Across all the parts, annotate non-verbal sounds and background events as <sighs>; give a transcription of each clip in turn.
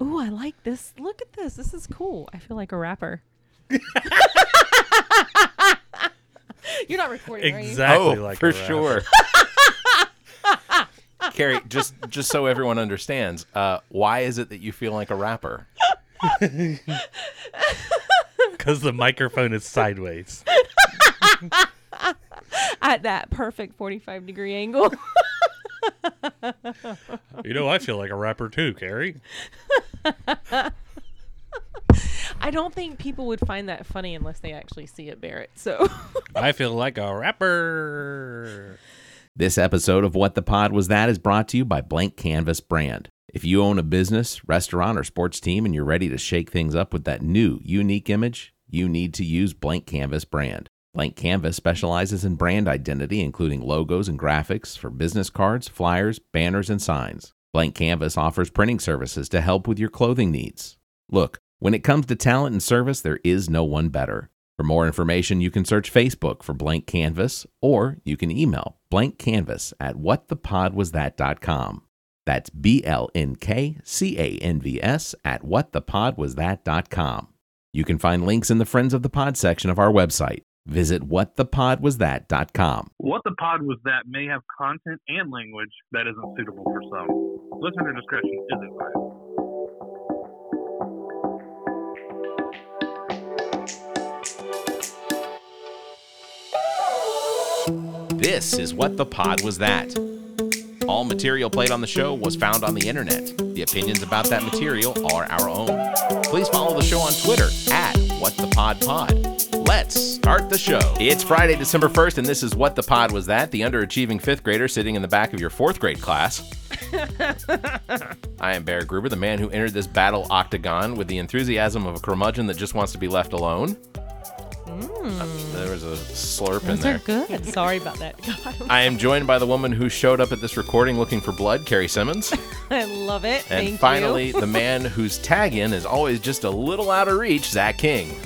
Ooh, I like this. Look at this. This is cool. I feel like a <laughs> rapper. You're not recording, right? Exactly oh, like for a rapper. sure. <laughs> Carrie, just just so everyone understands, uh, why is it that you feel like a <laughs> rapper? Because the microphone is sideways. <laughs> At that perfect 45 degree angle. You know, I feel like a rapper too, Carrie. <laughs> I don't think people would find that funny unless they actually see it, Barrett. <laughs> So I feel like a rapper. This episode of What the Pod Was That is brought to you by Blank Canvas Brand. If you own a business, restaurant, or sports team and you're ready to shake things up with that new, unique image, you need to use Blank Canvas Brand. Blank Canvas specializes in brand identity, including logos and graphics for business cards, flyers, banners, and signs. Blank Canvas offers printing services to help with your clothing needs. Look, when it comes to talent and service, there is no one better. For more information, you can search Facebook for Blank Canvas or you can email blank canvas at whatthepodwasthat.com. That's B L N K C A N V S at whatthepodwasthat.com. You can find links in the Friends of the Pod section of our website. Visit whatthepodwasthat.com. What the pod was that may have content and language that isn't suitable for some. Listener discretion is advised. This is What the Pod Was That. All material played on the show was found on the internet. The opinions about that material are our own. Please follow the show on Twitter at What the Pod Pod. Let's start the show. It's Friday, December 1st, and this is What the Pod Was That, the underachieving fifth grader sitting in the back of your fourth grade class. I am Bear Gruber, the man who entered this battle octagon with the enthusiasm of a curmudgeon that just wants to be left alone. There was a slurp in Mm. those there. are good. Sorry about that. God, I am joined by the woman who showed up at this recording looking for blood, Carrie Simmons. <laughs> <laughs> I love <laughs> it. And Thank finally, you. the man whose tag in is always just a little out of reach, Zach King.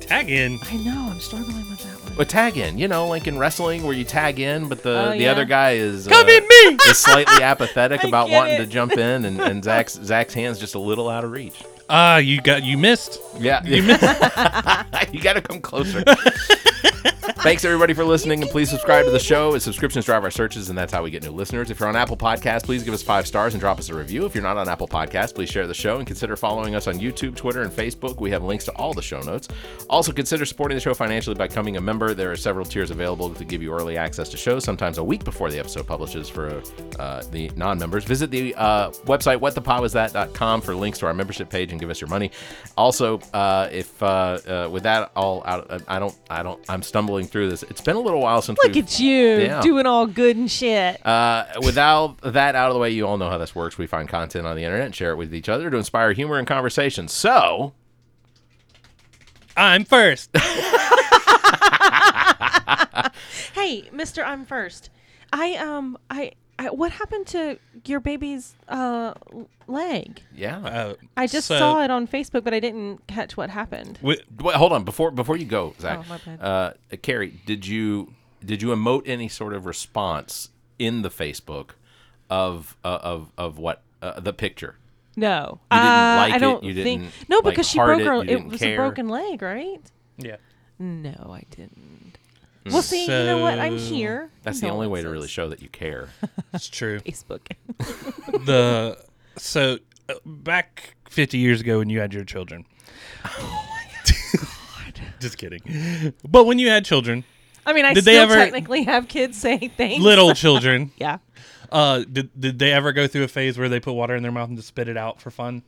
Tag in. I know. I'm struggling with that one. But tag in, you know, like in wrestling where you tag in, but the, Oh, the yeah. other guy is uh, Come in me. is slightly <laughs> apathetic I about get wanting it. to jump in, <laughs> and, and Zach's Zach's hands just a little out of reach. Ah, you got you missed. Yeah, you, <laughs> got to come closer. Thanks everybody for listening, and please subscribe to the show. As subscriptions drive our searches, and that's how we get new listeners. If you're on Apple Podcasts, please give us five stars and drop us a review. If you're not on Apple Podcasts, please share the show and consider following us on YouTube, Twitter, and Facebook. We have links to all the show notes. Also, consider supporting the show financially by becoming a member. There are several tiers available to give you early access to shows, sometimes a week before the episode publishes for uh, the non-members. Visit the uh, website whatthepodwasthat.com for links to our membership page and give us your money. Also, uh, if uh, uh, with that all out, I don't, I don't, I'm stumbling through this. It's been a little while since Look we've- at you Yeah. doing all good and shit. uh, without that out of the way, you all know how this works. We find content on the internet and share it with each other to inspire humor and conversation. So, I'm first. Hey, Mister, I'm first. I um, I, I what happened to your baby's uh l- leg? yeah. Uh, I just so- saw it on Facebook, but I didn't catch what happened. wi- Wait, hold on before before you go, Zach. Oh, my bad. Uh, Carrie, did you did you emote any sort of response in the Facebook of uh, of of what uh, the picture? No, You didn't Uh, like I it, don't you think. didn't, no, like, because she heart broke it, her. you It, didn't was care. a broken leg, right? Yeah. No, I didn't. Well, see, you know what? I'm Hmm. So- here. That's the only way to really show that you care. <laughs> It's true. Facebook. the so uh, back 50 years ago when you had your <laughs> children. Oh <laughs> Just kidding. But when you had children, I mean, I Did still they ever- technically have kids <laughs> saying things. <laughs> little children, Yeah. uh, did, did they ever go through a phase where they put water in their mouth and just spit it out for fun?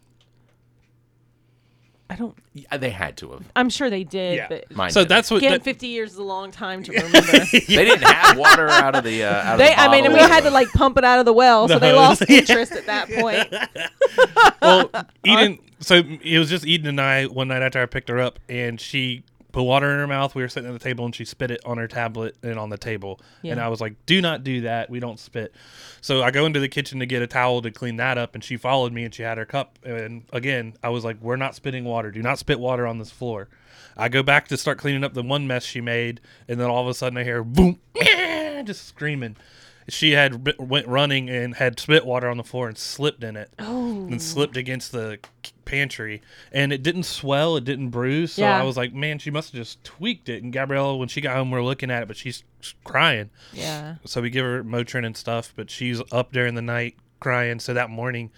I don't. Yeah, they had to have. I'm sure they did, Yeah. but Mine so did. that's what again, that- 50 years is a long time <laughs> to remember. they didn't have water out of the. Uh, out They, of the I mean, bottle. we had to like pump it out of the well, so The <laughs> they hose. lost Yeah. interest at that point. <laughs> <laughs> well, Eden. So it was just Eden and I one night after I picked her up, and she put water in her mouth. We were sitting at the table, and she spit it on her tablet and on the table. And Yeah. I was like, "Do not do that. We don't spit." So I go into the kitchen to get a towel to clean that up, and she followed me, and she had her cup. And again, I was like, "We're not spitting water. Do not spit water on this floor." I go back to start cleaning up the one mess she made, and then all of a sudden I hear boom, <laughs> just screaming. She had b- went running and had spit water on the floor and slipped in it Oh. and slipped against the k- pantry and it didn't swell it didn't bruise so Yeah. i was like man she must have just tweaked it and gabriella when she got home we are looking at it but she's crying Yeah. so we give her motrin and stuff but she's up during the night crying so that morning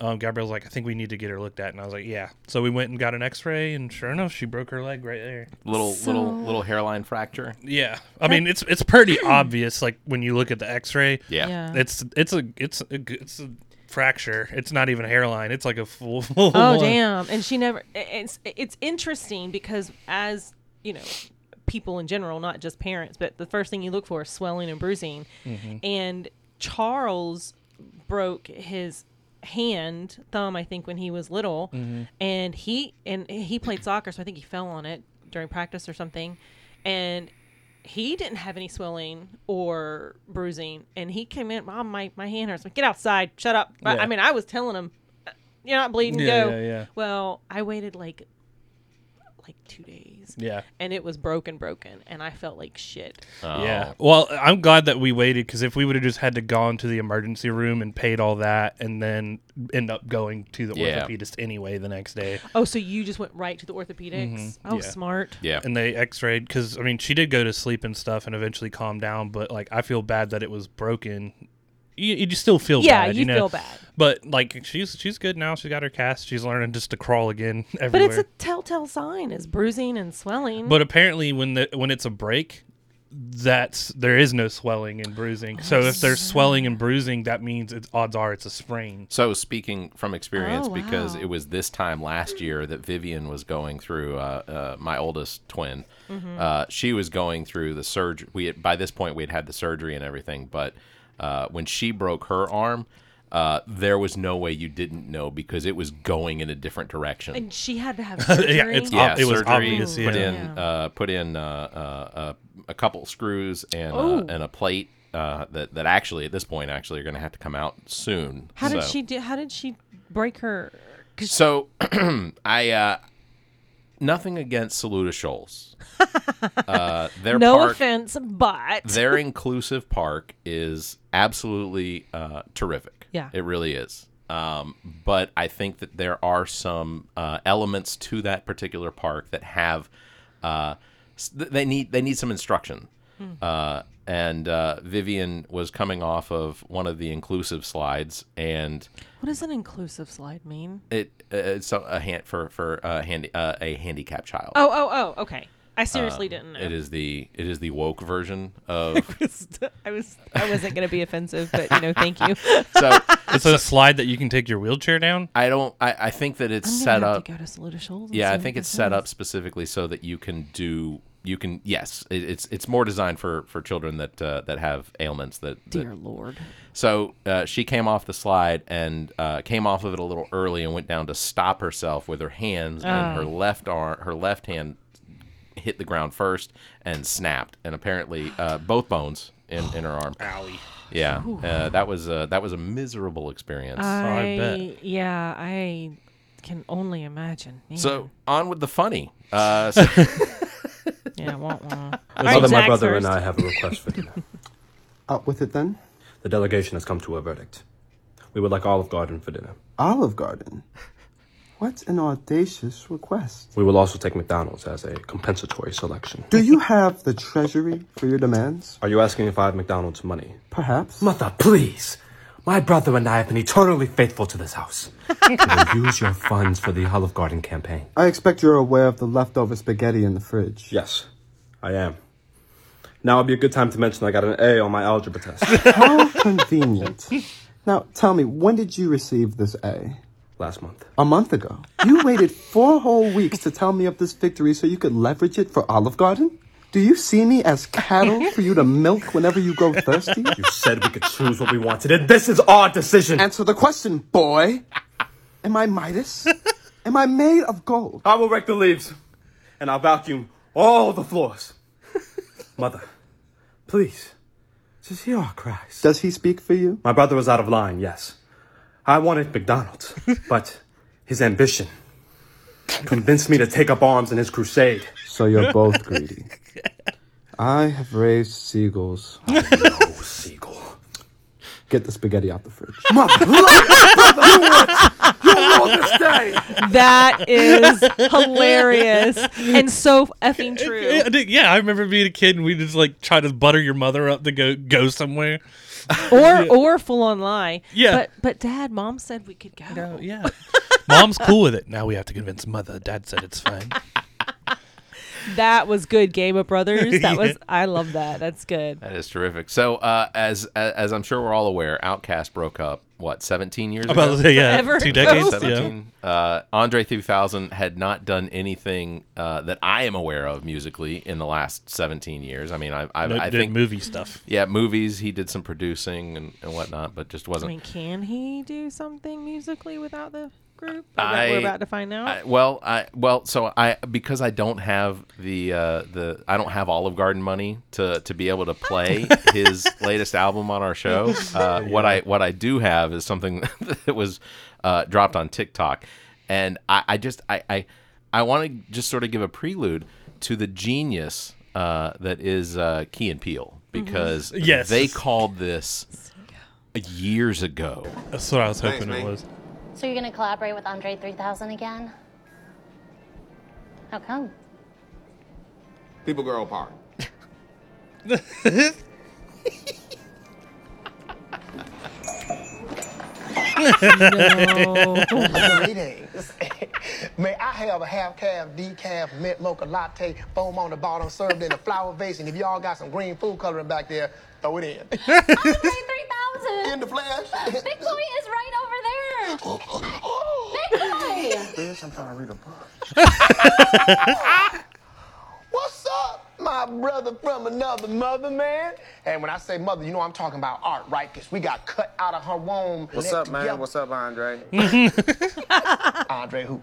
um, gabriella's like i think we need to get her looked at and i was like yeah so we went and got an x-ray and sure enough she broke her leg right there Little little So- little hairline fracture. yeah i mean it's <clears throat> it's pretty obvious like when you look at the x-ray Yeah. Yeah. it's it's a it's a, g- it's a fracture it's not even a hairline it's like a full, <laughs> full Oh one. damn! And she never. i- It's it's interesting because as you know, people in general, not just parents, but the first thing you look for is swelling and bruising. And Charles broke his hand, thumb, I think, when he was little, and he and he played soccer, so I think he fell on it during practice or something, and. He didn't have any swelling or bruising, and he came in. Mom, my, my hand hurts. I'm like, Get outside, shut up. I- Yeah. I mean, I was telling him, you're not bleeding. Yeah, go. yeah, yeah. Well, I waited like like two days, yeah and it was broken, broken, and I felt like shit. Oh. Yeah. Well, I'm glad that we waited because if we would have just had to gone to the emergency room and paid all that and then end up going to the Yeah. orthopedist anyway the next day Oh, so you just went right to the orthopedics? Oh, Mm-hmm. Yeah. smart. Yeah. and they x-rayed because, I mean, she did go to sleep and stuff and eventually calmed down, but like I feel bad that it was broken. You, you just still feel Yeah, bad. you know? feel bad. But like she's she's good now. She's got her cast. She's learning just to crawl again <laughs> But everywhere. it's a telltale sign is bruising and swelling. But apparently, when the when it's a break, that's there is no swelling and bruising. So if there's Oh, swelling and bruising, that means it's odds are it's <laughs> a sprain. So speaking from experience, Oh, because wow. it was this time last year that Vivian was going through uh, uh, my oldest twin. Mm-hmm. Uh, she was going through the surgery. We had, by this point we had had the surgery and everything, but uh, when she broke her arm, uh, there was no way you didn't know because it was going in a different direction. and she had to have surgery. uh, <laughs> yeah, it's yeah, ob- it was surgery, obvious. Put Yeah. in uh, put in uh, uh, uh, a couple screws and uh, Oh. and a plate uh, that that actually at this point actually are going to have to come out soon. how did So- she do? How did she break her? 'cause So <clears throat> I uh nothing against <laughs> Saluda Shoals. uh their no park offense, but their inclusive park is absolutely uh terrific. Yeah. It really is. Um, but I think that there are some uh, elements to that particular park that have uh, s- th- they need they need some instruction. Uh, and uh, Vivian was coming off of one of the inclusive slides, and <laughs> what does an inclusive slide mean? it uh, it's a, a hand for for uh, handy uh, a handicapped child. Um, Oh, oh, oh. Okay, I seriously didn't know. Uh, It is the it is the woke version <laughs> of I was I wasn't gonna be offensive, but you know, thank you. so It's a slide that you can take your wheelchair down. I don't I, I think that it's set up to go to Saluda Shoals. and yeah see I what think it's this set is. up specifically so that you can do you can yes it, it's it's more designed for for children that uh, that have ailments that, that Dear Lord. So uh, she came off the slide and uh, came off of it a little early and went down to stop herself with her hands and Oh. her left arm, her left hand hit the ground first and snapped, and apparently uh, both bones in, in her arm. Owie. Yeah, uh, that was a, that was a miserable experience. Oh, I bet. yeah, I can only imagine. Yeah. so <laughs> on with the funny. <laughs> Uh, so- yeah, wah, wah. All Father, right, my Zach brother and I first. have a request for dinner. Up with it then? The delegation has come to a verdict. We would like Olive Garden for dinner. Olive Garden. What an audacious request. We will also take McDonald's as a compensatory selection. Do you have the treasury for your demands? Are you asking if I have McDonald's money? Perhaps. Mother, please. My brother and I have been eternally faithful to this <laughs> house. We will use your funds for the Olive Garden campaign. I expect you're aware of the leftover spaghetti in the fridge. Yes, I am. Now would be a good time to mention I got an A on my algebra test <laughs> How convenient. Now, tell me, when did you receive this A? last month. A month ago. You waited four whole weeks to tell me of this victory so you could leverage it for Olive Garden? Do you see me as cattle for you to milk whenever you go thirsty? You said we could choose what we wanted, and this is our decision. Answer the question, boy. Am <laughs> I Midas? Am I made of gold? I will rake the leaves, and I'll vacuum all the <laughs> floors. Mother, please, just hear our <laughs> cries. Does he speak for you? my brother was out of line. Yes, I wanted <laughs> McDonald's, but his ambition convinced me to take up arms in his crusade. So you're both greedy. I have raised seagulls. Seagull. Get the spaghetti out the fridge. Mother, brother, you want, you want this day. <laughs> That is hilarious and so effing true. Yeah, I did- yeah, I remember being a kid and we just like try to butter your mother up to go go somewhere. Or or full on lie. Yeah. But but dad, mom said we could go. <laughs> yeah. Mom's cool with it. Now we have to convince mother. Dad said it's <laughs> fine. That was good, Game of Brothers. That <laughs> was I love that. That's good. That is terrific. So, uh, as as I'm sure we're all aware, Outcast broke up what 17 years About ago. to say, yeah, Forever two ago. decades. Yeah. 17. Uh, Andre 3000 had not done anything uh, that I am aware of musically in the last 17 years. I mean, I, I, No, I did think movie stuff. yeah, movies. He did some producing and, and whatnot, but just I wasn't. mean, can he do something musically without the group? I bet I- we're about to find out. I, well, I well, so I because I don't have the uh, the I don't have Olive Garden money to to be able <laughs> to play his latest album on our show. Uh, What I what I do have is something <laughs> that was uh, dropped on TikTok, and I, I just I I, I want to just sort of give a prelude to the genius uh, that is uh, Key and Mm-hmm. Peele because Yes. they called this years ago. That's what I was hoping it was. So you're gonna collaborate with Andre 3000 again? <laughs> How come? People girl power. <laughs> <laughs> <laughs> Greetings. May I have a half calf, decaf, mint mocha latte, foam on the bottom, served in a flower vase, and if y'all got some green food coloring back there, throw it in. Andre In 3000! the flesh. Big Boy is right over there! Big Boy! Bitch, I'm trying to read a <laughs> book. What's up, my brother from another mother, man? And when I say mother, you know I'm talking about art, right? Because we got cut out of her womb. What's let up, man? together. What's up, Andre? <laughs> Andre who?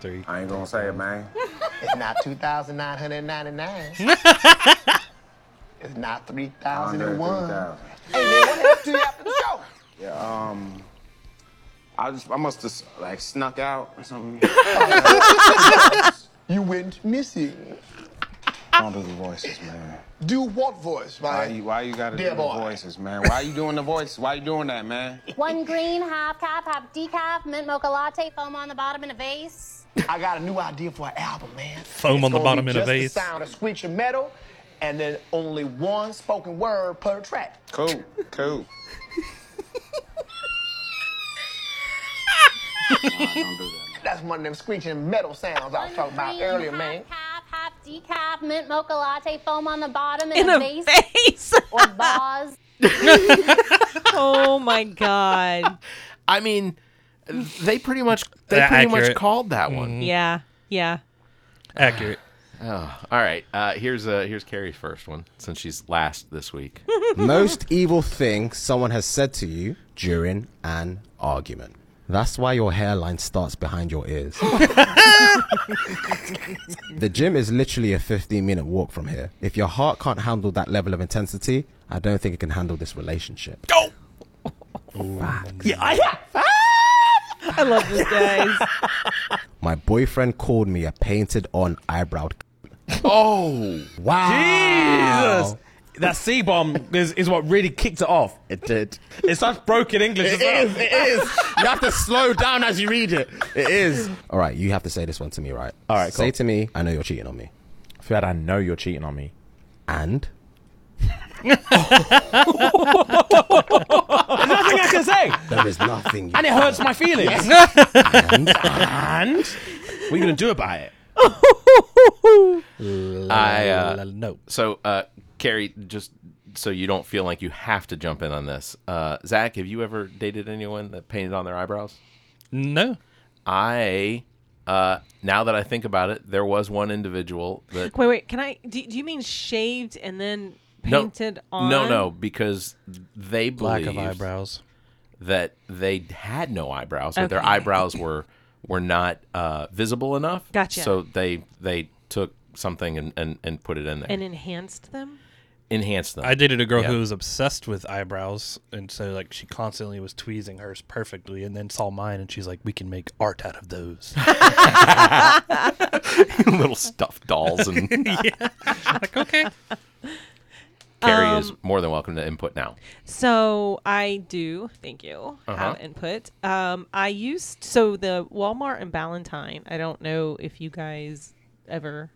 Three. I ain't gonna say it, man. It's not <laughs> 2,999. it's not Andre 3,001. 3000. Hey, man, what happened to you <laughs> after the show? Um, I just, I must have like snuck out or <laughs> something. You went missing. I don't do the voices, man. Do what voice, Why man? you, why you gotta Dear do boy. the voices, man? Why you doing the voices? Why you doing that, man? One green, half cap, half decaf, mint mocha latte, foam on the bottom in a vase. I got a new <laughs> idea for an album, man. Foam It's on the gonna bottom be in a just vase. The sound of screeching metal, and then only one spoken word per track. Cool, cool. That's one of them screeching metal sounds I was talking about Green, earlier, half man. cap, half decaf, mint mocha latte, foam on the bottom in, In a, a vase face. <laughs> or vase. <laughs> oh my god. I mean, they pretty much they Uh, pretty much accurate. called that one. Yeah. <laughs> Yeah. <sighs> Accurate. All right, uh, here's uh, here's Carrie's first one since she's last <laughs> this week. Most evil thing someone has said to you during an argument. That's why your hairline starts behind your ears. the gym is literally a 15 minute walk from here. If your heart can't handle that level of intensity, I don't think it can handle this relationship. <laughs> Ah! I love this guys. My boyfriend called me a painted on eyebrowed. oh, Wow. Jesus. That C bomb is, is what really kicked it off. It did. It's such broken English as well. It is. <laughs> You have to slow down as you read it. It is. All right, you have to say this one to me, right? All right, Say to me, I know you're cheating on me. Fred, I know you're cheating on me. And Nothing I can say. there is nothing. You And it hurts my feelings. <laughs> And And what are you going to do about it? I Uh, uh, no. so uh, Carrie, just so you don't feel like you have to jump in on this, uh, Zach, have you ever dated anyone that painted on their eyebrows? No. I uh, now that I think about it, there was one individual that Wait, wait. Can I do, do you mean shaved and then No. painted on? No, no, because they Lack believed of eyebrows. that they had no eyebrows, that their Okay. eyebrows were were not uh, visible enough. Gotcha. So they they took something and, and, and put it in there, And enhanced them? enhanced them. I dated a girl Yeah. who was obsessed with eyebrows, and so like she constantly was tweezing hers perfectly, and then saw mine, and she's like, "We can make art out of <laughs> those." <laughs> <laughs> little stuffed dolls and <laughs> like okay. Carrie is Um, more than welcome to input now. So I do. Thank you. Uh-huh. Have input. Um, I used so the Walmart and Ballantine. I don't know if you guys ever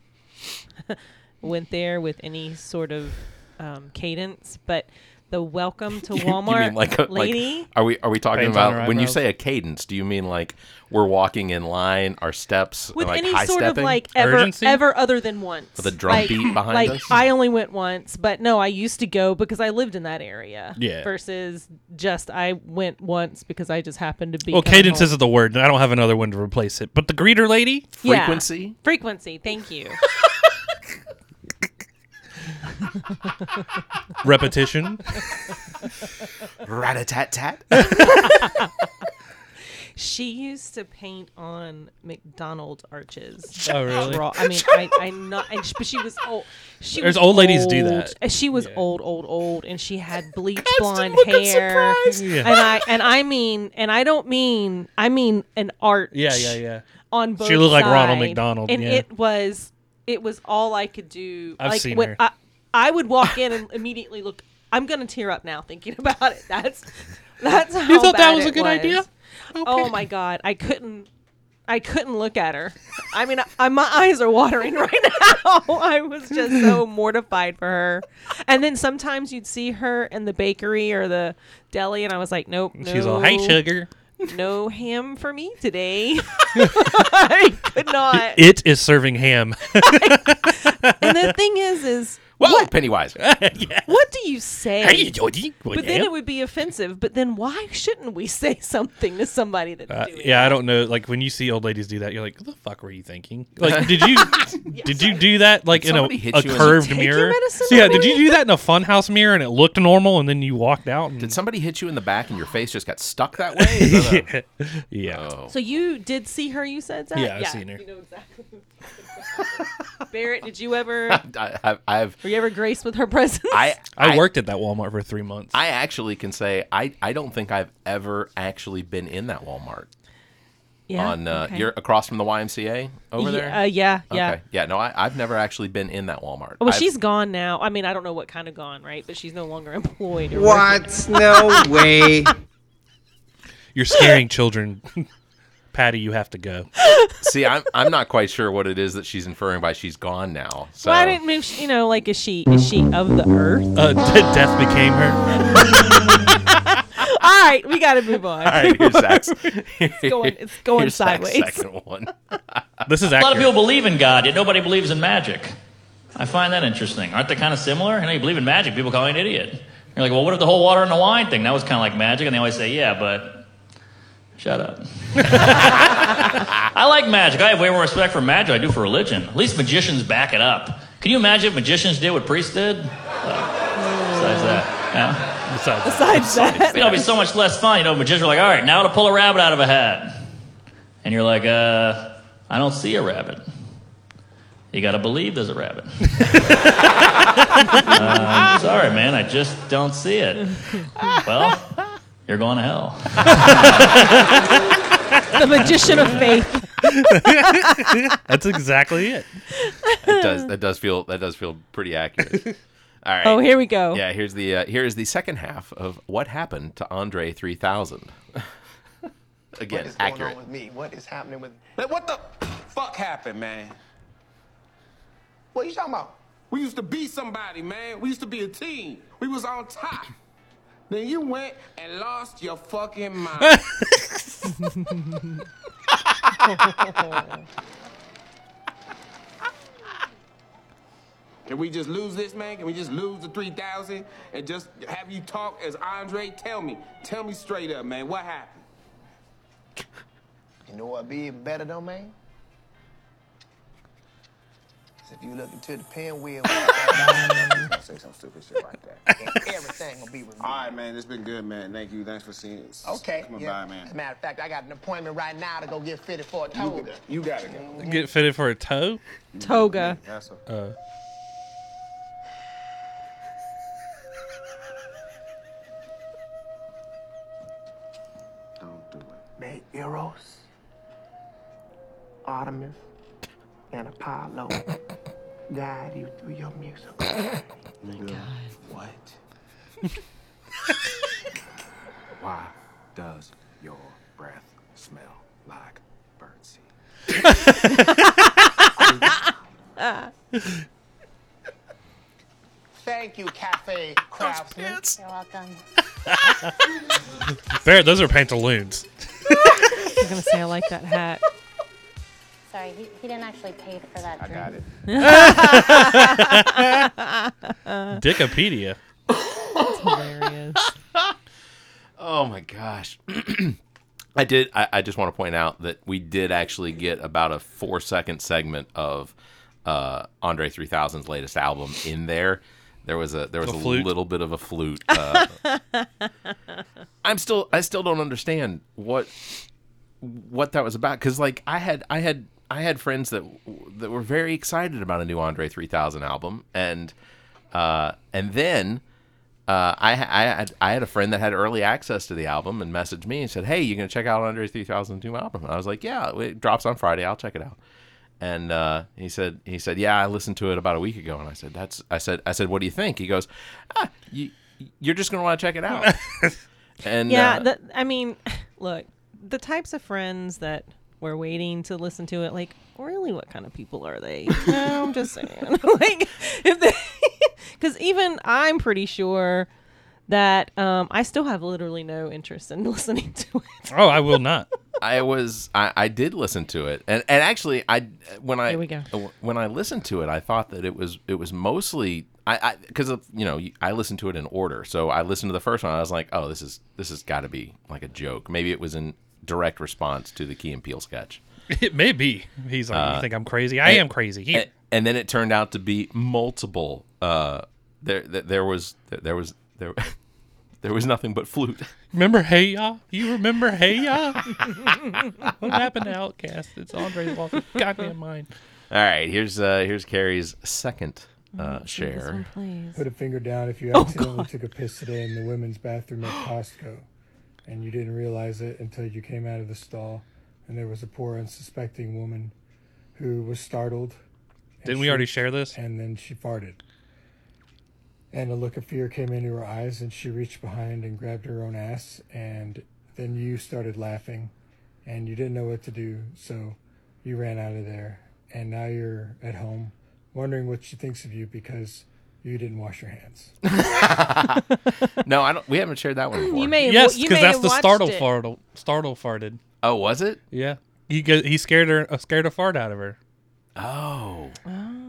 <laughs> went there with any sort of um, cadence, but the Welcome to Walmart <laughs> you mean like, a, lady. like are we are we talking Paint on her about when you eyebrows. say a cadence? Do you mean like we're walking in line, our steps, with like any high sort stepping? of like ever ever other than once With a drum Like- beat behind like us? i only went once but no i used to go because i lived in that area Yeah. versus just i went once because i just happened to be Well, coming cadence home. <laughs> isn't the word, and I don't have another one to replace it. But the greeter lady, Yeah. frequency thank <laughs> you <laughs> repetition. Rat a tat tat. <laughs> she used to paint on mcdonald's arches Oh, really? Raw- i mean i i not and she, but she was old she There's was old ladies do old. that. And she was old old old and she had bleached blonde look of hair surprise. Yeah. and i and i mean and i don't mean i mean an arch Yeah, yeah, yeah. on both She looked like Ronald sides. McDonald, and yeah. it was it was all i could do I've like seen when her. I, I would walk in and immediately look i'm gonna tear up now thinking <laughs> about it that's <laughs> that's how You thought that bad was a it good idea? Oh my god, I couldn't. I couldn't look at her. I mean, I, I, my eyes are watering <laughs> right now. I was just <laughs> so mortified for her. And then sometimes you'd see her in the bakery or the deli, and I was like, nope. She's all, "Hey, no- sugar." No ham for me <laughs> today. <laughs> I could not. It is serving ham. and the thing is, is Whoa, <laughs> Pennywise. what do you say? Hey, Georgie, what But then now? it would be offensive. But then why <laughs> shouldn't we say something to somebody that's Uh, doing yeah, I don't know. Like when you see old ladies do that, you're like, "What the fuck were you <laughs> thinking? Like, did you did you do that like Did in a, somebody hit a you in the- curved Take your mirror? medicine yeah, already? did you do that in a funhouse mirror and it looked normal, and then you walked out? And... Did somebody hit you in the back and your face just got stuck <laughs> that way? Is that Oh. a- yeah. So you did see her? You said Zach? Yeah, I've seen her. You know exactly. <laughs> Barrett, did you <laughs> ever? I, have I've Were you ever graced with her presence? I, I worked at that Walmart for three months. I actually can say I, I don't think I've ever actually been in that Walmart. Yeah, On uh, okay. you're across from the YMCA over Ye- there. uh, yeah, yeah. Okay. Yeah. No, I, I've never actually been in that Walmart. Well, I've- she's gone now. I mean, I don't know what kind of gone, right? But she's no longer employed. Or What? working. No way. <laughs> You're scaring children, <laughs> Patty. You have to go. <laughs> See, I'm I'm not quite sure what it is that she's inferring by she's gone now. So Well, I didn't mean, she- you know, like is she is she of the <laughs> earth? Uh, <laughs> d- death became her. All right, we got to move on. All right, <laughs> here's Zach's. it's going, it's going Here's Zach's sideways. second one. this is a lot accurate. of people believe in God, yet nobody believes in magic. I find that interesting. Aren't they kind of similar? You know, you believe in magic, people call you an idiot. You're like, well, what if the whole water and the wine thing? That was kind of like magic, and they always say, yeah, but shut up. <laughs> I like magic. I have way more respect for magic than I do for religion. At least magicians back it up. Can you imagine if magicians did what priests did? Besides that. Yeah. Besides, Besides that. You know, it'd be oh, so much less fun. You know, magicians are like, all right, now to pull a rabbit out of a hat. And you're like, uh, I don't see a rabbit. You gotta believe there's a rabbit. uh, sorry, man, I just don't see it. Well, you're going to hell. the magician of faith. <laughs> <laughs> That's exactly it. That does that does feel that does feel pretty <laughs> accurate. All right. Oh, here we go. Yeah, here's the uh, here is the second half of what happened to <laughs> Andre 3000. Again, What is going accurate. on with me? What is happening with? Man, what the fuck happened, man? What are you talking about? We used to be somebody, man. We used to be a team. We was <laughs> on top. Then you went and lost your fucking <laughs> mind. Can we just lose this, man? Can we just lose the 3,000 and just have you talk as Andre? Tell me. Tell me straight up, man. What happened? You know what'd be even better though, man? Is if you look into the pinwheel, <laughs> Don't say some stupid shit like that. everything will be removed. All right, man. It's been good, man. Thank you. Thanks for seeing us. Okay. Come on yeah. by, man. Matter of fact, I got an appointment right now to go get fitted for a toga. You gotta go. Get fitted for a toe. Toga. That's a, Uh, don't do it. May <laughs> Eros, Artemis, and Apollo guide you through your music. God. What? <laughs> Why does your breath smell like birdseed? Thank you, Cafe Craftsman. You're welcome. Barrett, those are <laughs> pantaloons. <laughs> I'm gonna say I like that <laughs> hat. Sorry, he, he didn't actually pay for that I drink. got <laughs> <laughs> Dickopedia. That's hilarious. <laughs> Oh <clears throat> my gosh. I did. I, I just want to point out that we did actually get about a four second segment of uh, Andre 3000's latest album in there. There was a there was The a flute? little bit of a flute. Uh, I'm still I still don't understand what what that was about because like I had I had I had friends that that were very excited about a new Andre 3000 album and uh, and then uh, I I had, I had a friend that had early access to the album and messaged me and said hey you gonna check out Andre 3000's new album and I was like yeah it drops on Friday I'll check it out and uh, he said he said yeah I listened to it about a week ago and I said that's I said I said what do you think he goes ah, you you're just gonna want to check it out and yeah, uh, the, I mean, <sighs> look, the types of friends that were waiting to listen to it, like, really, what kind of people are they? No, I'm just saying, <laughs> like, if they, <laughs> because even I'm pretty sure that um, I still have literally no interest in <laughs> listening to it. Oh, I will not. <laughs> I was I, I did listen to it, and and actually I when I uh, Here we go. when I listened to it, I thought that it was it was mostly I because of you know I listened to it in order, so I listened to the first one. I was like, oh, this is this has got to be like a joke. Maybe it was in direct response to the Key and Peele sketch. It may be. He's like, Uh, you think I'm crazy? I and- am crazy. Here. And, and then it turned out to be multiple. Uh, there, there there was there was there <laughs> there was nothing but flute. Remember Hey Ya? You remember Hey Ya? <laughs> what happened to Outcast? It's Andre's lost his goddamn mind. All right, here's uh here's Carrie's second Mm, uh, this share. Put a finger down if you Oh, accidentally took a piss today in the women's bathroom at Costco and you didn't realize it until you came out of the stall and there was a poor unsuspecting woman who was startled. and Didn't we already shrieked, share this? And then she farted. And a look of fear came into her eyes and she reached behind and grabbed her own ass and then you started laughing and you didn't know what to do, so you ran out of there and now you're at home wondering what she thinks of you because you didn't wash your hands. No, I don't. We haven't shared that one before. You may have, yes, you because may that's have the watched startle it. fartle. Startle farted. Oh, was it? Yeah, he go- he scared her. Uh, scared a fart out of her. Oh, <laughs>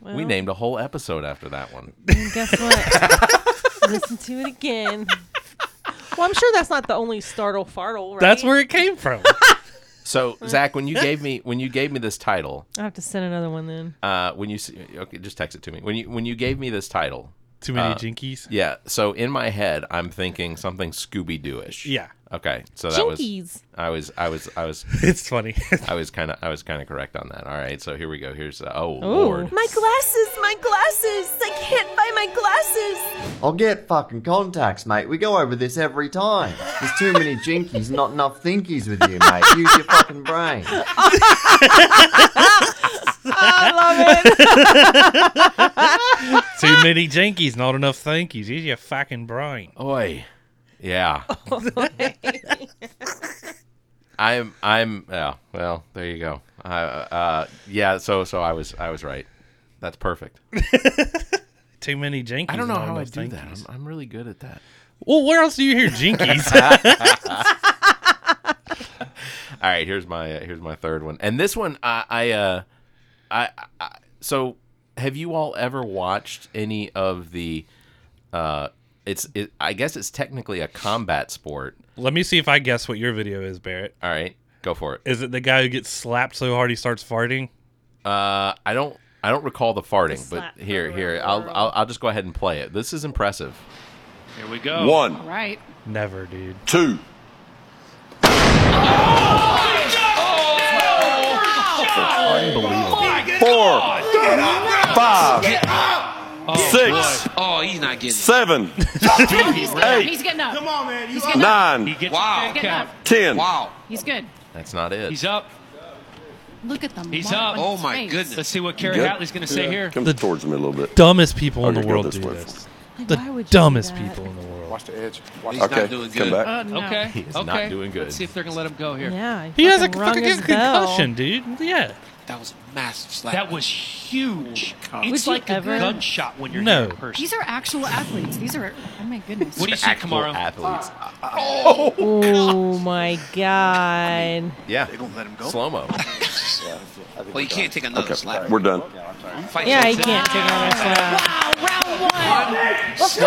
Well, we named a whole episode after <laughs> that one. and guess <laughs> what? listen to it again. Well, I'm sure that's not the only startle <laughs> fartle, right? where it <laughs> came from. so, Zach, when you gave me when you gave me this title, I have to send another one <laughs> then. uh, when you s- okay, just text it to me. When you when you gave me this title, Too many uh, jinkies? Yeah. So in my head, I'm thinking something Scooby Dooish. Yeah. Okay. So that Jinkies. was I was I was I was. <laughs> it's funny. I was kind of I was kind of correct on that. All right. So here we go. Here's uh, oh Lord. <laughs> lord. My glasses, my glasses! I can't find my glasses! I'll Oh, get fucking contacts, mate. We go over this every time. There's too many jinkies, not enough thinkies with you, mate. Use your fucking brain. I love it. <laughs> Too many jinkies, not enough thankies. Here's your fucking brain. Oi. Yeah. <laughs> I'm I'm yeah. Well, there you go. Uh, uh, yeah. So so I was I was right. That's perfect. Too many jinkies. I don't know not how I enough do that. thankies. I'm, I'm really good at that. Well, where else do you hear jinkies? <laughs> All right, here's my uh, here's my third one, and this one I I, uh, I, I so have you all ever watched any of the? Uh, it's it, I guess it's technically a combat sport. Let me see if I guess what your video is, Barrett. All right, go for it. Is it the guy who gets slapped so hard he starts farting? Uh, I don't I don't recall the farting, slap but here here I'll, I'll I'll just go ahead and play it. This is impressive. Here we go. One. All right. Never, dude. Two. Unbelievable. Four, Ah. five, Six. six, Oh, he's not getting <laughs> seven, He's getting up. eight, He's getting up. Come on, man. He's getting up. nine, Wow. He's getting up. ten. He's good. That's not it. He's up. Look at them. He's up. Oh my face. goodness. Let's see what Carrie Good. Hatley's going to say Yeah. here. Come towards me a little bit. Dumbest people in Okay, the go world this do way. this. Like, why The would you do dumbest that? people in the world. Watch the edge. He's okay, not doing come good. back. Uh, no. Okay. He is okay. not doing good. Let's see if they're going to let him go here. Yeah, He has a fucking rung fucking his bell. concussion, dude. Yeah. That was a massive slap. That was huge. God. It's Would you like a ever- gunshot when you're No. hitting a person. These are actual athletes. These are. Oh my goodness. What do you see, Kamara? Oh, my god. Yeah. They won't let him go. Slow mo. <laughs> well, you can't take another slap. We're done. Fight Yeah, he like can't that. take another slap.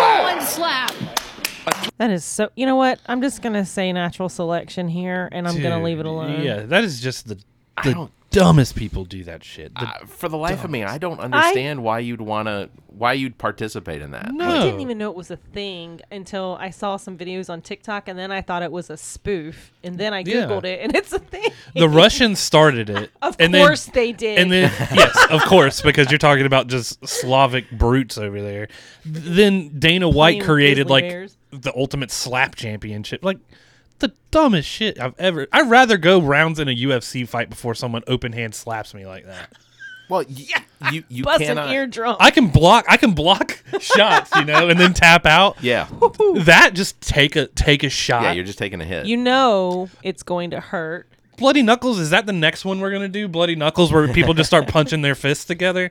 <laughs> Round one. One Slap. One slap. That is so. You know what? I'm just gonna say natural selection here, and I'm gonna Dude, leave it alone. Yeah, that is just the, I the don't- dumbest people do that shit. The Uh, for the life of me, I don't I- understand why you'd wanna why you'd participate in that. I didn't even know it was a thing until I saw some videos on TikTok, and then I thought it was a spoof, and then I Yeah. googled it, and it's a thing. The Russians started it. <laughs> Of and course then, they did. And <laughs> then yes, of course, because you're talking about just Slavic brutes over there. Then Dana White with created grizzly like bears. the ultimate slap championship. Like the dumbest shit I've ever I'd rather go rounds in a UFC fight before someone open hand slaps me like that. Well, yeah, you you Bust cannot. an eardrum. I can block I can block <laughs> shots, you know, and then tap out. Yeah. That just take a take a shot. Yeah, you're just taking a hit. you know it's going to hurt. Bloody Knuckles, is that the next one we're gonna do? Bloody Knuckles, where people just <laughs> start punching their fists together?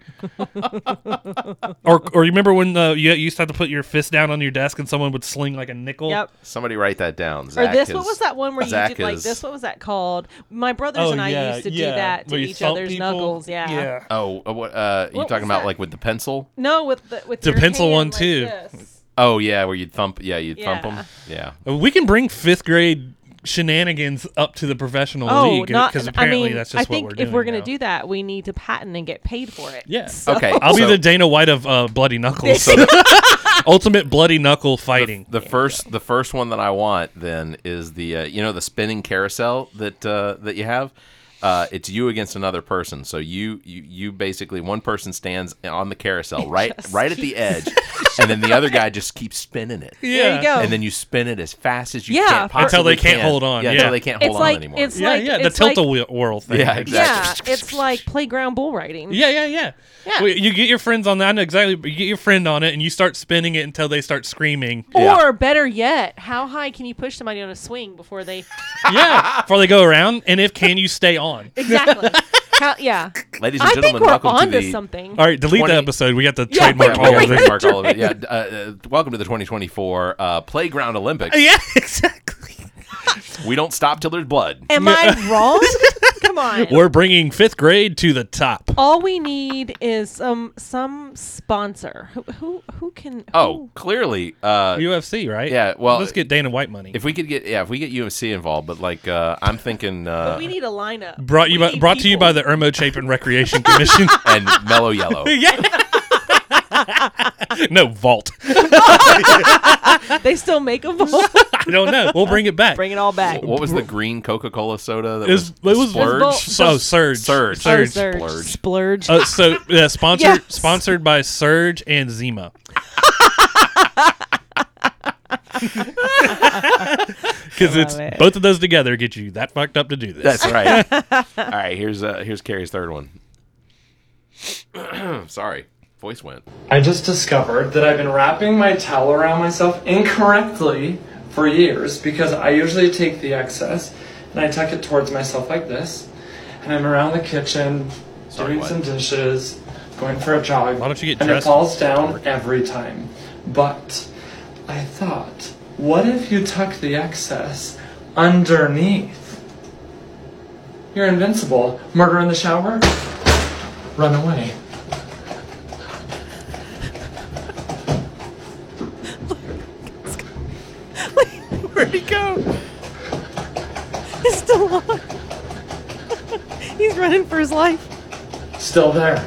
or, or you remember when uh, you you used to have to put your fist down on your desk and someone would sling like a nickel? Yep. Somebody write that down. Or Zach this, is, what was that one where you Zach did like is- this? What was that called? My brothers Oh, and I yeah, used to yeah, do that to where you each thump other's people. knuckles. Yeah. Yeah. Oh, uh, what? Uh, you What talking was about that? like with the pencil? No, with the with The your pencil hand one, like too. this. Oh yeah, where you'd thump. Yeah, you'd thump Yeah. them. Yeah. Uh, We can bring fifth grade shenanigans up to the professional Oh, league not. because I apparently mean, that's I just think what we're doing. if we're gonna now. do that, we need to patent and get paid for it. Yeah. So- I'll be the Dana White of uh, bloody <laughs> knuckles. So- ultimate <laughs> bloody knuckle fighting. The first, the first one that I want then is the uh, you know the spinning carousel that uh, that you have. Uh, it's you against another person. So you, you you basically one person stands on <laughs> the carousel right Just right at the edge, and then the other guy just keeps spinning it. There you Yeah. go. And then you spin it as fast as you Yeah, can. for- Until they possibly can't can. hold on, Yeah, yeah. until they can't it's hold like on anymore. it's Yeah, like yeah, the it's like- tilt-a-whirl thing. Yeah, exactly. Yeah, it's like playground bull riding. Yeah, yeah, yeah. Yeah. Well, you get your friends on that. I know exactly. But you get your friend on it, and you start spinning it until they start screaming. Or better yet, how high can you push somebody on a swing before they <laughs> yeah, before they go around. And if can you stay on? exactly? how, yeah, Ladies I and think gentlemen, we're welcome onto to the. something. All right, delete the 20 episode. We got the Yeah, trademark Yeah, we gotta all over. trademark all of it. Yeah. d- Uh, uh, welcome to the 2024 uh, Playground Olympics. Yeah, <laughs> exactly. We don't stop till there's blood. Am <laughs> I wrong? Come <laughs> on. We're bringing fifth grade to the top. All we need is some some sponsor. Who who, who can? Oh, clearly. Uh, UFC, right? Yeah. Well, let's get Dana White money. If we could get, yeah, if we get UFC involved, but like, uh, I'm thinking. Uh, But we need a lineup. Brought you We by, need brought to you people. by the Irmo Chapin Recreation Commission <laughs> and Mellow <laughs> <laughs> Yellow. yeah. no vault. <laughs> they still make a vault. <laughs> I don't know. We'll bring it back. Bring it all back. <laughs> What was the green Coca-Cola soda that It was, was- it was- splurge? Vol- So Surge, Surge. Oh, Surge, Oh, Surge. Splurge. Splurge. Uh, so uh, <laughs> sponsored Yes. sponsored by Surge and <laughs> Zima. <laughs> Because I it's love it. both of those together get you that fucked up to <laughs> do this. That's <laughs> right. All right. Here's uh, here's Carrie's third one. <clears throat> Sorry, voice went. I just discovered that I've been wrapping my towel around myself incorrectly for years because I usually take the excess and I tuck it towards myself like this. And I'm around the kitchen Sorry, doing what? some dishes, going for a jog. Why don't you get and it dressed? falls down every time. But I thought, what if you tuck the excess underneath? You're invincible. Murder in the shower? Run away. Where'd he go? He's still on. <laughs> He's running for his life. Still there.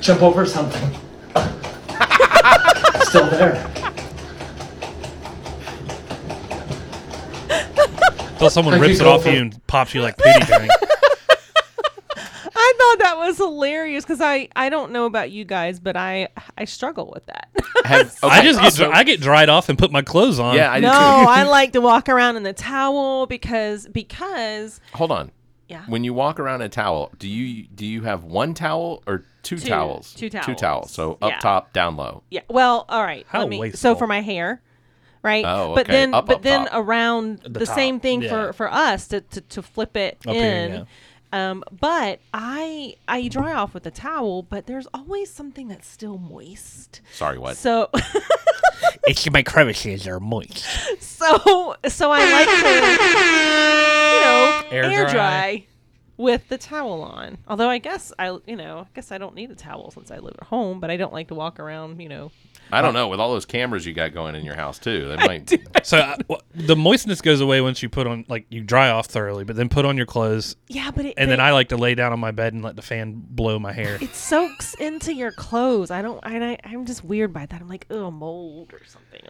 Jump over something. Still there. Until someone Thank you, rips it off Gopher. you and pops you like pity <laughs> drink. <laughs> I thought that was hilarious because I I don't know about you guys, but I I struggle with that. I just get dri- I get dried off and put my clothes on. Yeah, I do <laughs> no, too. I like to walk around in the towel because because Hold on. Yeah. When you walk around in a towel, do you do you have one towel or two, Two- towels? two Two towels. towels. So up Yeah. top, down low. Yeah. Well, all right. How let me, wasteful. So for my hair, right? Oh, But okay. then, Up, but up then top. around The the, top. same thing Yeah. for for us to to, to flip it Up here, in. Um, but I I dry off with a towel, but there's always something that's still moist. <laughs> Sorry, what? So <laughs> <laughs> it's my crevices are moist. so so I like to you know Air air, dry. dry. with the towel on. Although I guess I you know I guess I don't need a towel since I live at home, but I don't like to walk around you know I don't know. With all those cameras you got going in your house too, they might. So uh, w- the moistness goes away once you put on like you dry off thoroughly, but then put on your clothes. Yeah, but it- and then but- I like to lay down on my bed and let the fan blow my hair. it soaks into your clothes. I don't. I, I I'm just weird by that. I'm like, oh, mold or something.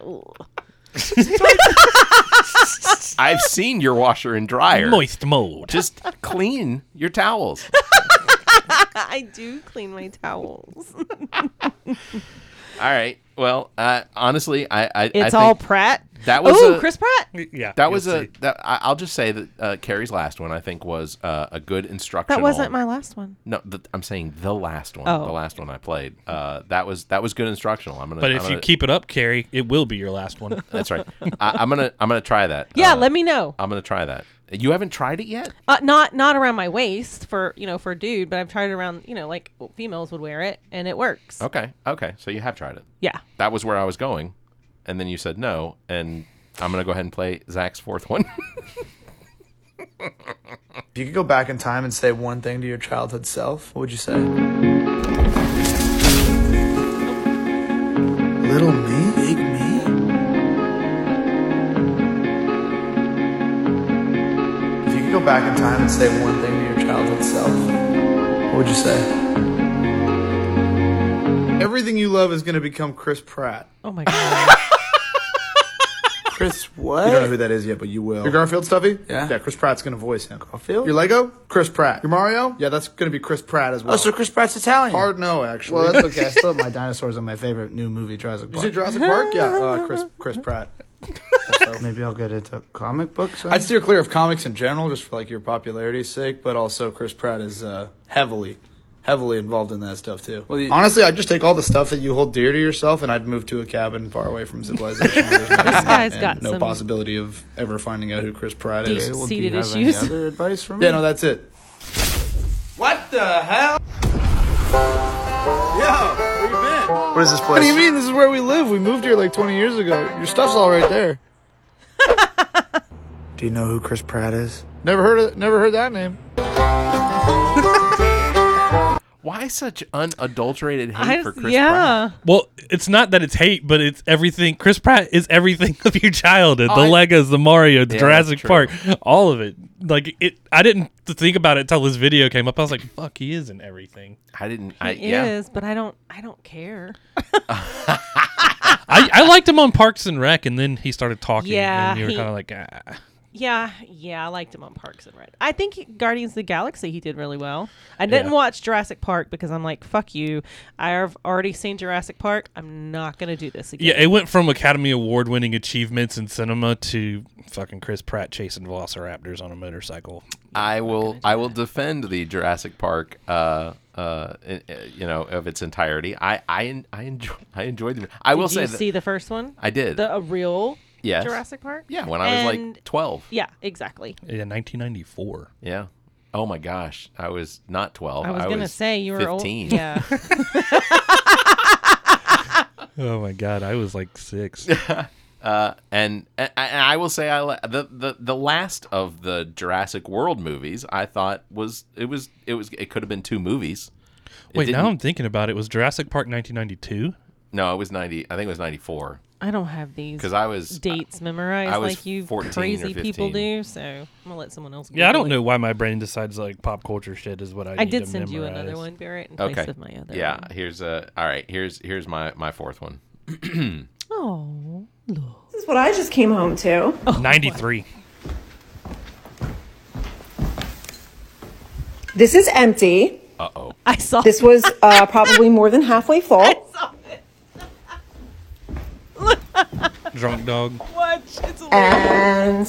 Ugh. <laughs> I've seen your washer and dryer. Moist <laughs> mold. Just clean your towels. <laughs> I do clean my towels. All right. Well, uh, honestly, I, I I It's think all Pratt. That was oh, a- Chris Pratt. Yeah, That was you'll a. see. That, I- I'll just say that uh, Carrie's last one I think was uh, a good instructional. That wasn't my last one. No, th- I'm saying the last one. Oh. The last one I played. Uh, that was that was good instructional. I'm gonna. But I'm if you gonna- keep it up, Carrie, it will be your last one. <laughs> that's right. I, I'm gonna I'm gonna try that. <laughs> Yeah, Uh, let me know. I'm gonna try that. You haven't tried it yet. Uh, not not around my waist for you know for a dude, but I've tried it around you know like well, females would wear it and it works. Okay. Okay. So you have tried it. Yeah. That was where I was going, and then you said no, and I'm gonna go ahead and play Zach's fourth one. <laughs> If you could go back in time and say one thing to your childhood self, what would you say? Little me, big me. If you could go back in time and say one thing to your childhood self, what would you say? Everything you love is going to become Chris Pratt. Oh my god. <laughs> Chris what? You don't know who that is yet, but you will. Your Garfield Stuffy? Yeah. Yeah, Chris Pratt's going to voice him. Garfield? Your Lego? Chris Pratt. Your Mario? Yeah, that's going to be Chris Pratt as well. Oh, so Chris Pratt's Italian. Hard no, actually. Well, that's <laughs> okay. I still have my dinosaurs on my favorite new movie, Jurassic You see Jurassic Park? Yeah, uh, Chris, <laughs> Chris Pratt. Maybe I'll get into comic books. I'd steer clear of comics in general, just for like your popularity's sake, but also Chris Pratt is uh, heavily, heavily involved in that stuff too. you- Honestly, I'd just take all the stuff that you hold dear to yourself, and I'd move to a cabin far away from <laughs> civilization. this guy's got no some- possibility of ever finding out who Chris Pratt is. Deep-seated Well, do you have any issues. other advice for me? Yeah, no, that's it. What the hell? Yo, where you been? <laughs> <laughs> What is this place? What do you mean? This is where we live. We moved here like 20 years ago. Your stuff's all right there. <laughs> Do you know who Chris Pratt is? Never heard of, never heard that name. Why such unadulterated hate I- for Chris yeah. Pratt? Well, it's not that it's hate, but it's everything. Chris Pratt is everything <laughs> of your childhood: the Oh, I- Legos, the Mario, the Yeah, Jurassic that's true. Park, all of it. Like it, I didn't think about it until this video came up. I was like, "Fuck, he is in everything." I Uh, didn't. I It is, but I don't I don't <laughs> care. I, I liked him on Parks and Rec, and then he started talking. Yeah, and you were he- kind of like, ah. Yeah, yeah, I liked him on Parks and Rec. I think he- Guardians of the Galaxy he did really well. I didn't Yeah. watch Jurassic Park because I'm like, fuck you. I've already seen Jurassic Park. I'm not gonna do this again. Yeah, it went from Academy Award winning achievements in cinema to fucking Chris Pratt chasing velociraptors on a motorcycle. I will I will defend the Jurassic Park uh uh i- i- you know of its entirety. I I I enjoy I enjoyed them. I will did say you that see the first one. I did. the a real Yes. Jurassic Park. Yeah, when I was, like, And- 12. Yeah, exactly. Yeah, 1994. yeah. Oh my gosh, I was not 12. I was gonna say you were 15. old- <laughs> yeah. Oh my god, I was like six. <laughs> Uh, and, and I- and I will say I li- the, the the last of the Jurassic World movies I thought was it was it was it could have been two movies. It Wait, now didn't- I'm thinking about it. Was Jurassic Park 1992? no, it was 90 I think it was 94. I don't have these 'Cause I was- dates memorized I was like you 14 or crazy people 15. do. So I'm gonna let someone else. Yeah, I Google don't it. know why my brain decides like pop culture shit is what I. I need did to send you another memorize. one, <laughs> Barrett, in place of my other Yeah, here's uh all right, here's here's my my fourth one. Oh, this is what I just came home to. Oh, 93. This is empty. Uh oh. I saw this was uh, probably more <laughs> than halfway full. <laughs> Drunk dog. And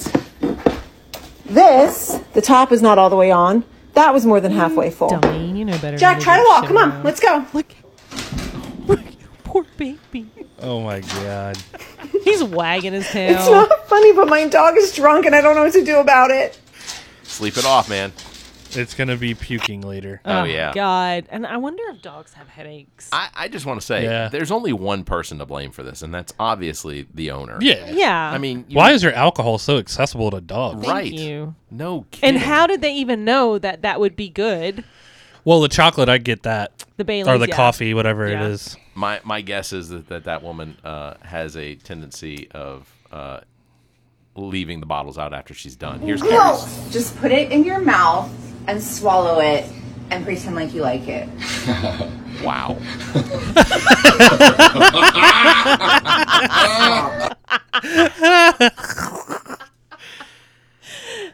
This, the top is not all the way on. That was more than halfway full. You know Mm, better. Jack, than try to do walk. shit Come on, around. let's go. Oh my god. He's wagging his tail. It's not funny, but my dog is drunk and I don't know what to do about it. Sleep it off, man. It's gonna be puking later. Oh, yeah. God, and I wonder if dogs have headaches. I, I just want to say Yeah. there's only one person to blame for this, and that's obviously the owner. Yeah. Yeah. I mean, you- why is your alcohol so accessible to dogs? Thank Right. you. No And how did they even know that that would be good? Well, the chocolate, I get that. The Baileys, Or the yeah. coffee, whatever Yeah. it is. My my guess is that that, that woman uh, has a tendency of uh, leaving the bottles out after she's done. Here's Carrie's. Gross. Just put it in your mouth and swallow it and pretend like you like it. <laughs> Wow. <laughs>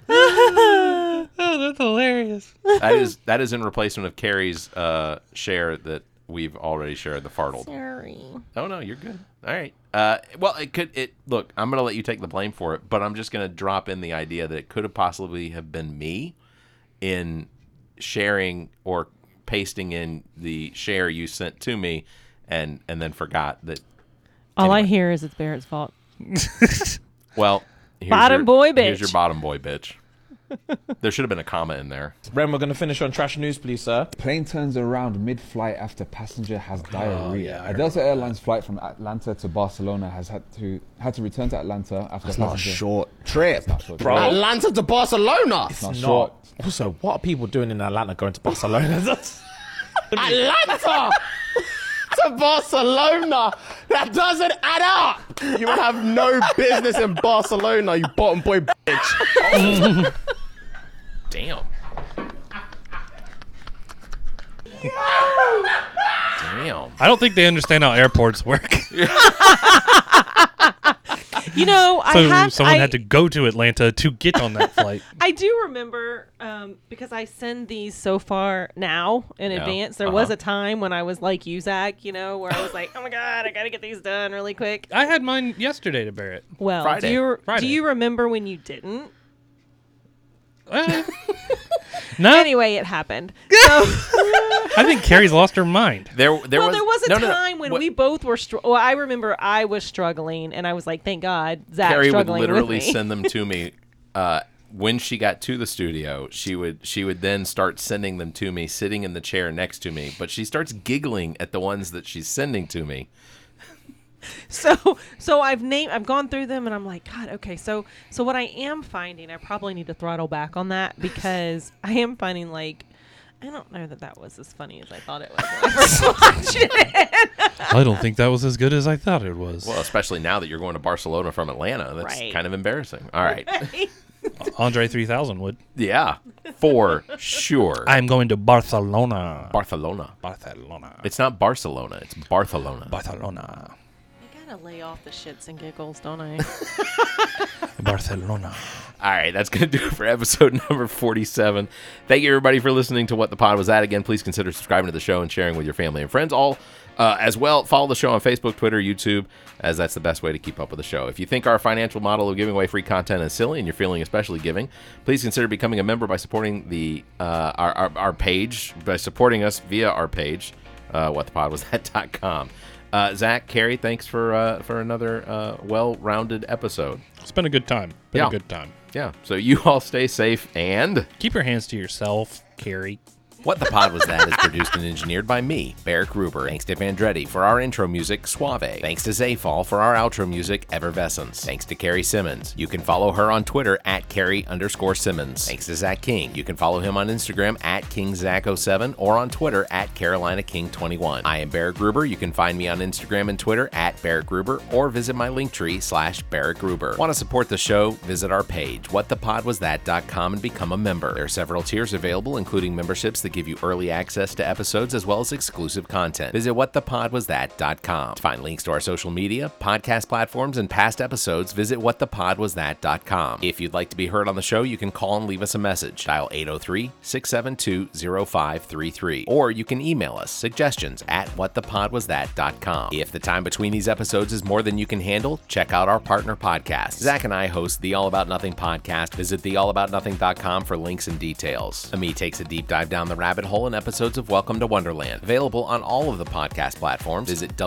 oh, that's hilarious. that is that is in replacement of Carrie's uh, share that we've already shared the fartled. Sorry. Oh no, you're good. All right. Uh, well, it could. It look. I'm gonna let you take the blame for it, but I'm just gonna drop in the idea that it could have possibly have been me in sharing or pasting in the share you sent to me, and and then forgot that. All I hear is it's Barrett's <laughs> fault. Well, here's Bottom your- boy Here's bitch. your bottom boy bitch. there should have been a comma in there. Ren, we're going to finish on trash news, please, sir. Plane turns around mid-flight after passenger has Oh, diarrhea. a Delta Airlines flight from Atlanta to Barcelona has had to had to return to Atlanta after That's passenger. not a short trip, bro. Atlanta to Barcelona. It's not not short. Also, what are people doing in Atlanta going to Barcelona? That's- Atlanta to Barcelona. That doesn't add up. <laughs> you would have no business in Barcelona, you bottom boy bitch. <laughs> Damn. Damn. I don't think they understand how airports work. <laughs> You know, I so have someone I, had to go to Atlanta to get on that <laughs> flight. <laughs> I do remember um, because I send these so far now in Yeah. advance. There Uh-huh. was a time when I was like you, Zach, you know, where I was like, oh my God, I got to get these done really quick. I had mine yesterday to Barrett. Well, do you, do you remember when you didn't? Eh. <laughs> no. Anyway, it happened. So. I think Carrie's lost her mind. There, there well, there was a time when we both were. Str- well, I remember I was struggling, and I was like, "Thank God, Zach." Carrie would struggling literally with me. send them <laughs> to me. Uh, when she got to the studio, she would she would then start sending them to me, sitting in the chair next to me. But she starts giggling at the ones that she's sending to me. <laughs> so so I've named I've gone through them and I'm like, God, okay, so so what I am finding, I probably need to throttle back on that <laughs> because I am finding like I don't know that that was as funny as I thought it was. When I <laughs> first watched it. <laughs> I don't think that was as good as I thought it was. Well, especially now that you're going to Barcelona from Atlanta, that's Right. kind of embarrassing. All right, Andre 3000 would. <laughs> yeah, for sure. I'm going to Barcelona. Barcelona. Barcelona. It's not Barcelona. It's Barcelona. Barcelona. I gotta lay off the shits and giggles, don't I? Barcelona. All right, that's going to do it for episode <laughs> number 47. Thank you, everybody, for listening to What the Pod Was At. Again, please consider subscribing to the show and sharing with your family and friends. All uh, as well, follow the show on Facebook, Twitter, YouTube, as that's the best way to keep up with the show. If you think our financial model of giving away free content is silly and you're feeling especially giving, please consider becoming a member by supporting the uh, our, our, our page, by supporting us via our page, uh, whatthepodwasthat.com. Uh, Zach, Carrie, thanks for uh, for another uh, well-rounded episode. It's been a good time. Been a good time. Yeah. So you all stay safe and keep your hands to yourself, Carrie. What the Pod Was That is produced and engineered by me, Bear Gruber. Thanks to Vandretti for our intro music, Suave. Thanks to Zayfall for our outro music, Evervescence. Thanks to Carrie Simmons. You can follow her on Twitter at Carrie underscore Simmons. Thanks to Zach King. You can follow him on Instagram at KingZach07 or on Twitter at Carolina King21. I am Bear Gruber. You can find me on Instagram and Twitter at Bear Gruber or visit my link tree slash Bear Gruber. Want to support the show? Visit our page, whatthepodwasthat.com and become a member. There are several tiers available, including memberships that give you early access to episodes as well as exclusive content. Visit whatthepodwasthat.com. To find links to our social media, podcast platforms, and past episodes, visit whatthepodwasthat.com. If you'd like to be heard on the show, you can call and leave us a message. Dial 803 672 0533. Or you can email us suggestions at whatthepodwasthat.com. If the time between these episodes is more than you can handle, check out our partner podcast. Zach and I host the All About Nothing podcast. Visit theallaboutnothing.com for links and details. Ami takes a deep dive down the rabbit hole in episodes of Welcome to Wonderland, available on all of the podcast platforms. Visit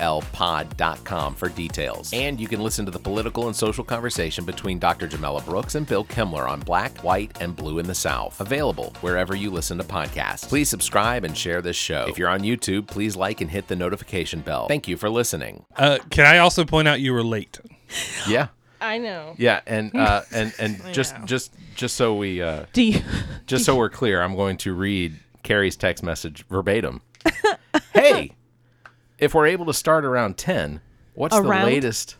WTWLpod.com for details. And you can listen to the political and social conversation between Dr. Jamela Brooks and Bill Kimmler on black, white, and blue in the South, available wherever you listen to podcasts. Please subscribe and share this show. If you're on YouTube, please like and hit the notification bell. Thank you for listening. Uh, can I also point out you were late? Yeah. <laughs> I know. Yeah, <laughs> and uh, and and I just know. just just so we uh, <laughs> Do you- just so we're clear, I'm going to read Carrie's text message verbatim. <laughs> hey, if we're able to start around ten, what's Around? the latest?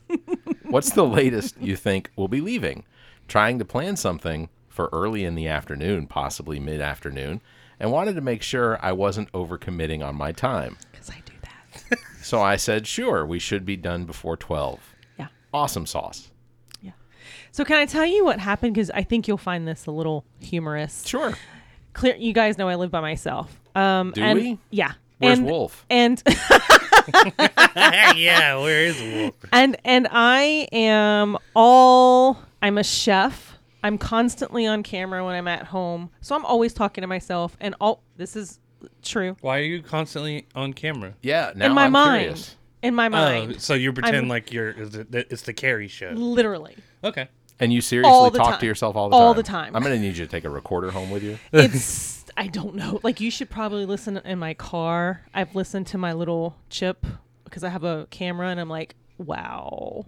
What's the latest you think we'll be leaving? Trying to plan something for early in the afternoon, possibly mid afternoon, and wanted to make sure I wasn't overcommitting on my time. Because I do that. so I said, sure, we should be done before twelve. Yeah. Awesome sauce. So can I tell you what happened? Because I think you'll find this a little humorous. Sure. Clear. You guys know I live by myself. Um, Do and- we? Yeah. Where's and, Wolf? And <laughs> yeah, where is Wolf? and and I am all. I'm a chef. I'm constantly on camera when I'm at home, so I'm always talking to myself. And all this is true. Why are you constantly on camera? Yeah, in my mind. In my mind. Oh, so you pretend I'm- like you're is it- that it's the Carrie show. literally. Okay. And you seriously All the talk time. to yourself all the time? All the time. I'm going to need you to take a recorder home with you. <laughs> It's I don't know. Like you should probably listen in my car. I've listened to my little chip because I have a camera and I'm like, wow.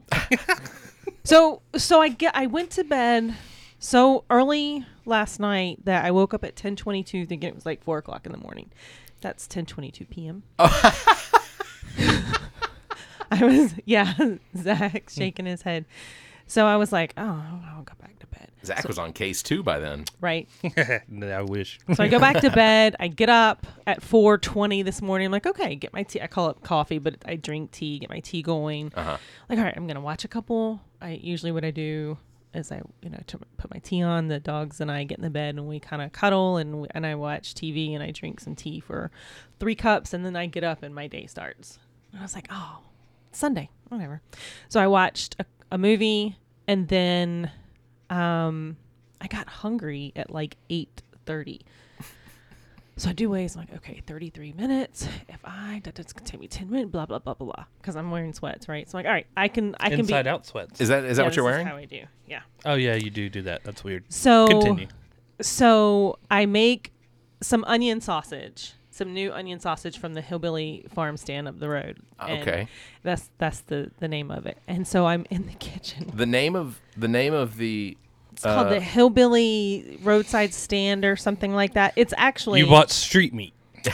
so so I get I went to bed so early last night that I woke up at ten twenty two thinking it was like four o'clock in the morning. That's ten twenty two <laughs> p.m. Oh. <laughs> I was yeah, <laughs> Zach shaking his head. So I was like, oh, I'll go back to bed. Zach was on case two by then. <laughs> Right. <laughs> I wish. So I go back to bed. I get up at 4:20 this morning. I'm like, okay, get my tea. I call it coffee, but I drink tea, get my tea going. Uh-huh. Like, all right, I'm gonna watch a couple. I usually what I do is I you know to put my tea on. The dogs and I get in the bed and we kind of cuddle and we, and I watch TV and I drink some tea for three cups and then I get up and my day starts. And I was like, oh, Sunday, whatever. So I watched a, a movie and then um, I got hungry at like 8.30. So I do ways like, okay, 33 minutes. If I, that, that's going to take me 10 minutes, blah, blah, blah, blah, blah. Because I'm wearing sweats, right? So I'm like, all right, I can, I can be. Inside out sweats. Is that- is that Yeah, what you're this wearing? how I do. Yeah. Oh yeah, you do do that. That's weird. So continue. So I make some onion sausage, some new onion sausage from the hillbilly farm stand up the road. Ah, And Okay. that's that's the the name of it. And so I'm in the kitchen. The name of the name of the It's called Uh, the hillbilly roadside stand or something like that. It's actually You bought <laughs> street meat. <laughs>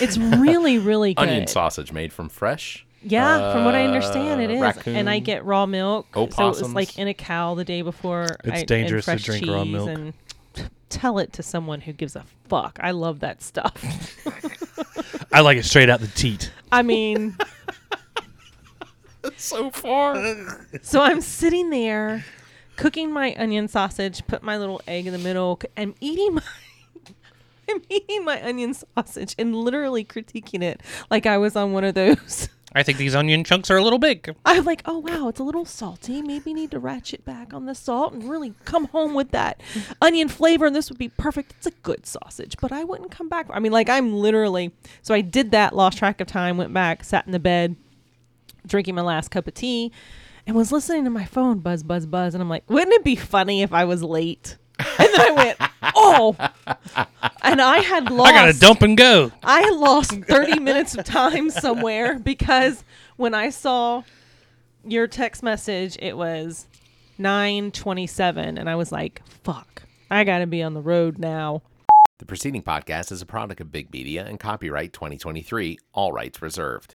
It's really really good. onion sausage made from fresh. Yeah, from what I uh, understand, it is, and I raccoon. Oh, get raw milk. So it was Opossums. like in a cow the day before. It's I- and dangerous to fresh drink raw cheese milk. And tell it to someone who gives a fuck. I love that stuff. <laughs> I like it straight out the teat. I mean, <laughs> <laughs> so far. <laughs> so I'm sitting there cooking my onion sausage, put my little egg in the middle, c- I'm eating my <laughs> I'm eating my onion sausage and literally critiquing it like I was on one of those. I think these onion chunks are a little big. I'm like, oh wow, it's a little salty. Maybe need to ratchet back on the salt and really come home with that onion flavor. And this would be perfect. It's a good sausage, but I wouldn't come back. I mean, like I'm literally. So I did that, lost track of time, went back, sat in the bed, drinking my last cup of tea, and was listening to my phone buzz, buzz, buzz. And I'm like, wouldn't it be funny if I was late? And then I went, oh, and I had lost. I gotta dump and go. I lost 30 minutes of time <laughs> somewhere because when I saw your text message, it was 9:27 and I was like, "Fuck. I got to be on the road now." The preceding podcast is a product of Big Media and copyright 2023, all rights reserved.